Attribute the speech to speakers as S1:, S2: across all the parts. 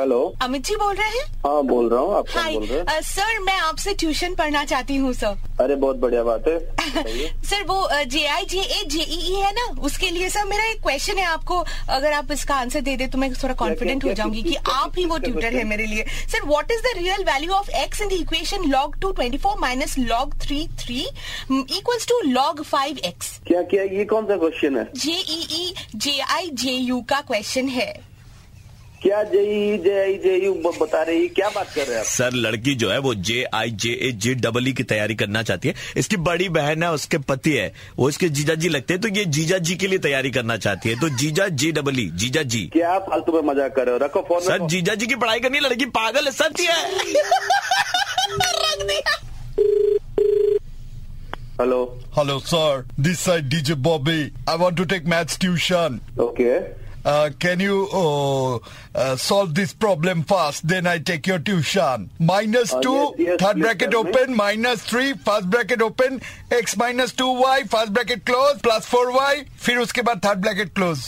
S1: अमित जी बोल रहे हैं
S2: हाँ बोल रहा हूँ आप कौन
S1: हाय
S2: बोल रहे हैं
S1: अ, सर मैं आपसे ट्यूशन पढ़ना चाहती हूँ सर
S2: अरे बहुत बढ़िया बात है बताइए।
S1: सर वो J I J A JEE E है ना उसके लिए सर मेरा एक क्वेश्चन है आपको अगर आप इसका आंसर दे दे तो मैं थोड़ा कॉन्फिडेंट हो
S2: क्या-
S1: जाऊंगी कि
S2: किस- किस-
S1: आप ही वो
S2: किसका
S1: ट्यूटर
S2: question?
S1: है मेरे लिए sir what is the real value of x in the equation log 2 24 minus log 3 3 equals to log 5x
S2: क्या क्या ये कौन सा क्वेश्चन है
S1: जेईई जेआई जेयू का क्वेश्चन है
S2: क्या जेई जेई जेयू बता रही क्या बात कर रहे हैं आप
S3: सर लड़की जो है वो J I J A J double E E की तैयारी करना चाहती है इसकी बड़ी बहन है उसके पति है वो इसके जीजा जी लगते हैं तो ये जीजा जी के लिए तैयारी करना चाहती है तो जीजा जी डबल ई जीजा जी
S2: क्या फालतू में मजाक कर रहे हो रखो फोन
S3: सर जीजा जी की पढ़ाई करनी है, लड़की पागल है सत्य है
S2: hello
S4: Hello, sir. This side DJ Bobby. I want to take maths tuition.
S2: Okay
S4: Uh, can you uh, uh, solve this problem fast? Then I take your tuition. Minus
S2: Uh,
S4: two,
S2: yes, yes,
S4: third
S2: yes,
S4: bracket
S2: sir,
S4: open, minus three, first bracket open, x minus two y, first bracket close, plus four y, फिर उसके बाद third bracket close.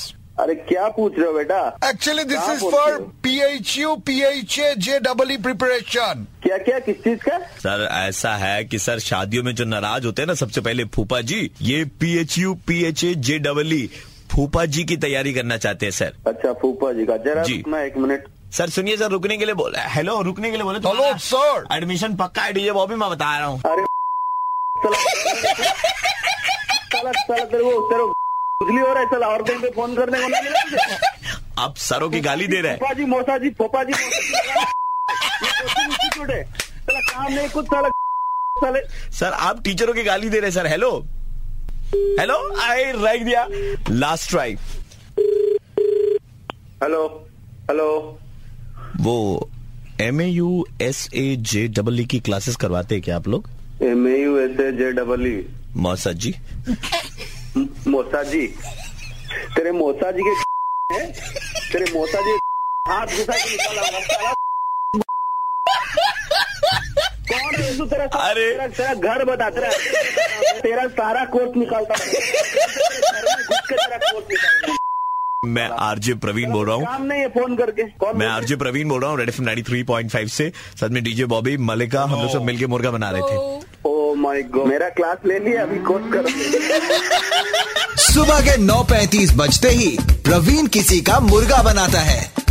S2: अरे क्या पूछ रहे हो बेटा
S4: Actually, this
S2: क्या
S4: is
S2: बोलते
S4: for
S2: हो?
S4: PHU, PHA, JEE E preparation.
S2: क्या क्या किस चीज का
S3: सर ऐसा है कि सर शादियों में जो नाराज होते हैं ना सबसे पहले फूफा जी ये P H U P H A J double E फूफा जी E की तैयारी करना चाहते हैं सर
S2: अच्छा फूफा जी का जरा
S3: जी।
S2: रुकना एक मिनट
S3: सर सुनिए सर रुकने के लिए बोला हेलो रुकने के लिए बोले
S4: Hello, sir.
S3: एडमिशन पक्का है डीजे बॉबी मैं बता रहा हूँ
S2: अरे साला साला साला तेरे वो तेरे उजली हो रहा है साला और कहीं पे फोन करने को नहीं मिला तुझे?
S3: आप सरों की गाली दे रहे हैं
S2: पोपा जी मोसा जी पोपा जी मोसा जी ये कोचिंग इंस्टीट्यूट है साला काम नहीं कुछ साला साले
S3: सर आप टीचरों की गाली दे रहे हैं सर हेलो हेलो आई रख दिया लास्ट ट्राई
S2: हेलो हेलो
S3: वो M A U S A J double E E की क्लासेस करवाते हैं क्या आप लोग
S2: M A U S A J double E
S3: मौसा जी
S2: मोसा जी तेरे मोसा जी के हैं? तेरे मोसा जी के हाथ घुसा के निकाला होगा, साला। कौन है तू तेरा
S3: अरे।
S2: तेरा, तेरा घर बता तेरा तेरा सारा कोर्स निकालता हूँ। घर में घुस के तेरा कोर्स निकालता हूँ।
S3: मैं आरजे प्रवीण बोल रहा हूँ
S2: काम नहीं है फोन करके कौन
S3: मैं
S2: बोल रहा है?
S3: आरजे प्रवीण बोल रहा हूँ red F nine three point five से साथ में डीजे बॉबी मलिका हम लोग सब मिलके मुर्गा बना रहे थे
S1: Oh.
S2: ओ माय गॉड मेरा क्लास ले लिया अभी कोर्स कर
S5: सुबह के 9:35 बजते ही प्रवीण किसी का मुर्गा बनाता है